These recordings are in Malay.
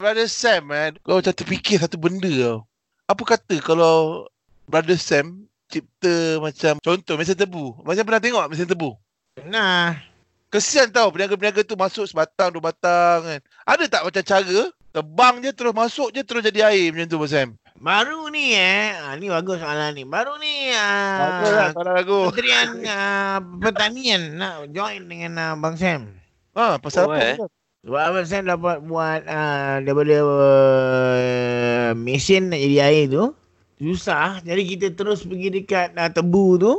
Brother Sam kan Kau macam terfikir satu benda tau Apa kata kalau Brother Sam Cipta macam Contoh mesin tebu Macam pernah tengok mesin tebu Nah, Kesian tau Peniaga-peniaga tu masuk sebatang Dua batang kan Ada tak macam cara Tebang je terus masuk je Terus jadi air macam tu Mas Sam baru ni eh. Ha, ni bagus soalan ni. Baru ni Bagus lah ah, soalan aku Kementerian ah, Pertanian nak join dengan ah, Bang Sam. Ha pasal Oh, apa eh. Sam? Sebab Abang Sam dah buat, buat ah, daripada uh, mesin nak jadi air tu. Susah. Jadi kita terus pergi dekat ah, tebu tu.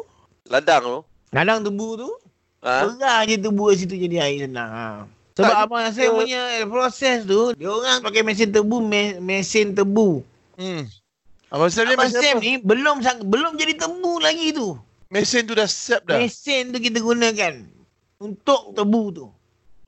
Ladang tu. Ladang tebu tu. Ha? Orang je tebu kat situ jadi air senang. Ha. Sebab Tak, Abang Sam dia- punya proses tu. Dia orang pakai mesin tebu. Me- mesin tebu. Hmm Abang Sam ni Abang macam Sam apa? ni belum sang- belum jadi tebu lagi tu. Mesin tu dah siap dah Mesin tu kita gunakan untuk tebu tu.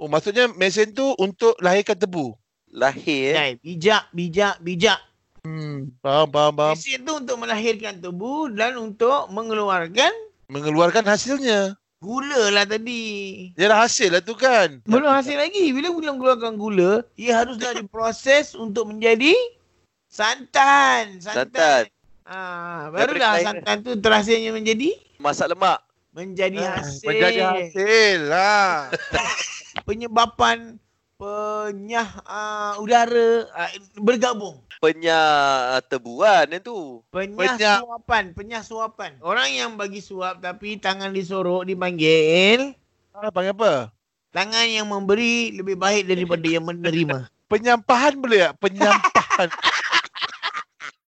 Oh maksudnya mesin tu untuk lahirkan tebu Lahir. Yeah. Kan? Bijak, bijak, bijak. Hmm Faham faham faham Mesin tu untuk melahirkan tebu dan untuk mengeluarkan Mengeluarkan hasilnya gula lah tadi. Dia dah hasil lah tu kan Belum hasil lagi. Bila gula mengeluarkan gula, ia haruslah diproses untuk menjadi santan. Santan. Santan. Ah, Daripada barulah kelahiran. santan tu terhasilnya menjadi Masak lemak. menjadi Ah, hasil. Menjadi hasil lah penyebapan penyah uh, udara uh, bergabung. Penyak tebuan kan, yang tu. Penyah, Penyah. suapan, penyah suapan. Orang yang bagi suap tapi tangan disorok dipanggil, Ah, panggil apa? tangan yang memberi lebih baik daripada yang menerima. Penyampahan boleh tak? Penyampahan.